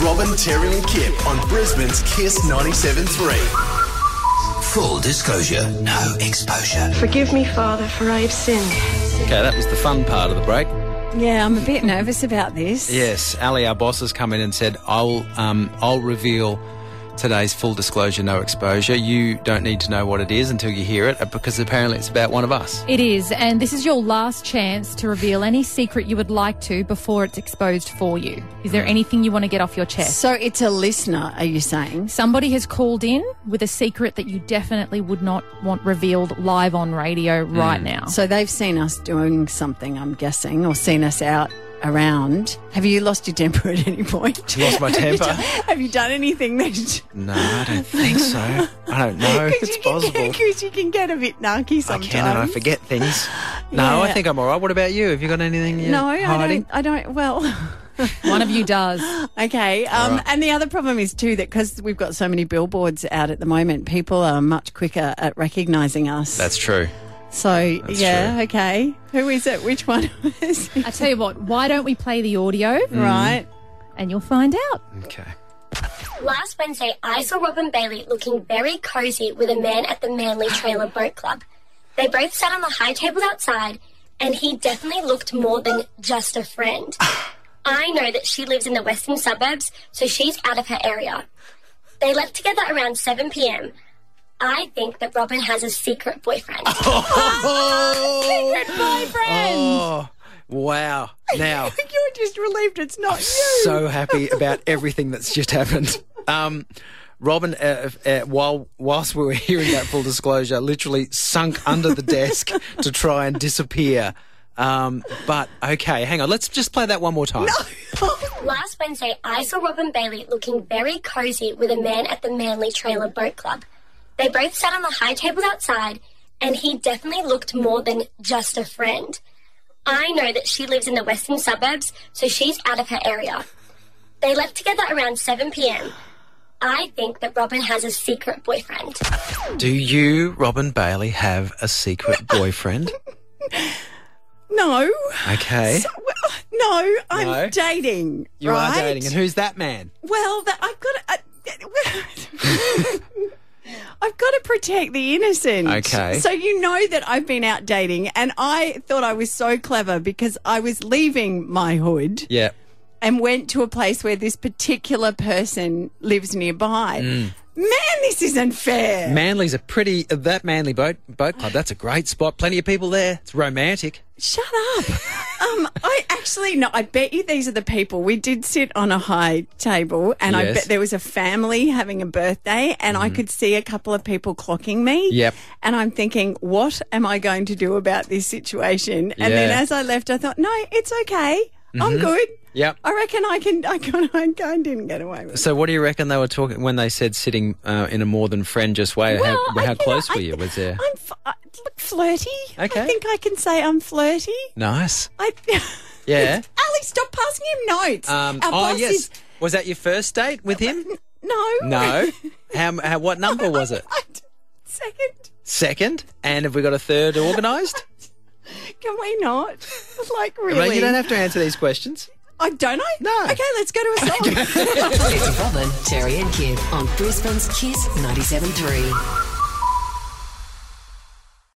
Robin, Terry, and Kip on Brisbane's Kiss 97.3. Full disclosure, no exposure. Forgive me, Father, for I have sinned. Okay, that was the fun part of the break. Yeah, I'm a bit nervous about this. Yes, Ali, our boss, has come in and said, "I'll, um, I'll reveal today's full disclosure, no exposure. You don't need to know what it is until you hear it, uh, because apparently it's about one of us." It is, and this is your last chance to reveal any secret you would like to before it's exposed for you. Is there anything you want to get off your chest? So it's a listener, are you saying? Somebody has called in with a secret that you definitely would not want revealed live on radio right now. So they've seen us doing something, I'm guessing, or seen us out around. Have you lost your temper at any point? Lost my temper. Have you done anything that No, I don't think so. I don't know. if It's possible. Because you can get a bit narky I sometimes. can and I forget things. No, I Yeah. think I'm all right. What about you? Have you got anything? You're No, I hiding? don't. I don't. Well, One of you does. Okay. Um, And the other problem is too that because we've got so many billboards out at the moment, people are much quicker at recognising us. That's true. so. yeah. true. Okay. Who is it? Which one of us? I tell you what, why don't we play the audio right. and you'll find out? Okay. Last Wednesday, I saw Robin Bailey looking very cozy with a man at the Manly Trailer Boat Club. They both sat on the high tables outside, and he definitely looked more than just a friend. I know that she lives in the western suburbs, so she's out of her area. They left together around 7 pm. I think that Robin has a secret boyfriend. Ah, Oh, boyfriend! wow. Now, You're just relieved it's not you. so happy about everything that's just happened. Um, Robin, uh, uh, while whilst we were hearing that full disclosure, literally sunk under the desk to try and disappear. Um, but okay, hang on. Let's just play that one more time. Last Wednesday, I saw Robin Bailey looking very cozy with a man at the Manly Trailer Boat Club. They both sat on the high tables outside, and he definitely looked more than just a friend. I know that she lives in the western suburbs, so she's out of her area. They left together around 7 pm. I think that Robin has a secret boyfriend. Do you, Robin Bailey, have a secret boyfriend? No. Okay, Well, no. I'm No? dating. you right? are dating, and who's that man? Well, that, I've got to. uh, I've got to protect the innocent. Okay. So you know that I've been out dating, and I thought I was so clever because I was leaving my hood Yeah. and went to a place where this particular person lives nearby. Mm. Man, this isn't fair. Manly's a pretty uh, that Manly boat boat club. That's a great spot. Plenty of people there. It's romantic. Shut up. um, I actually no. I bet you these are the people. We did sit on a high table, and I Yes. Mm-hmm. bet there was a family having a birthday, and I could see a couple of people clocking me. Yep. And I'm thinking, what am I going to do about this situation? And then Yeah. Mm-hmm. as I left, I thought, no, it's okay. I'm good. Yep. I reckon I can. I can. I didn't get away with it. So, what do you reckon they were talking when they said sitting uh, in a more than friend just way? how I- how you know, close I- were you? Was there I'm f- I, look, flirty. Okay. I think I can say I'm flirty. nice? I. Yeah. Ali, stop passing him notes. Um, Our oh boss yes. is- Was that your first date with him? No. No. How, how? What number was it? I d- Second. Second. And have we got a third organised? Can we not? Like, really? Mate, You don't have to answer these questions. I don't I? No. Okay, let's go to a song. It's Robin, Terry, and Kip on Brisbane's Kiss 97.3.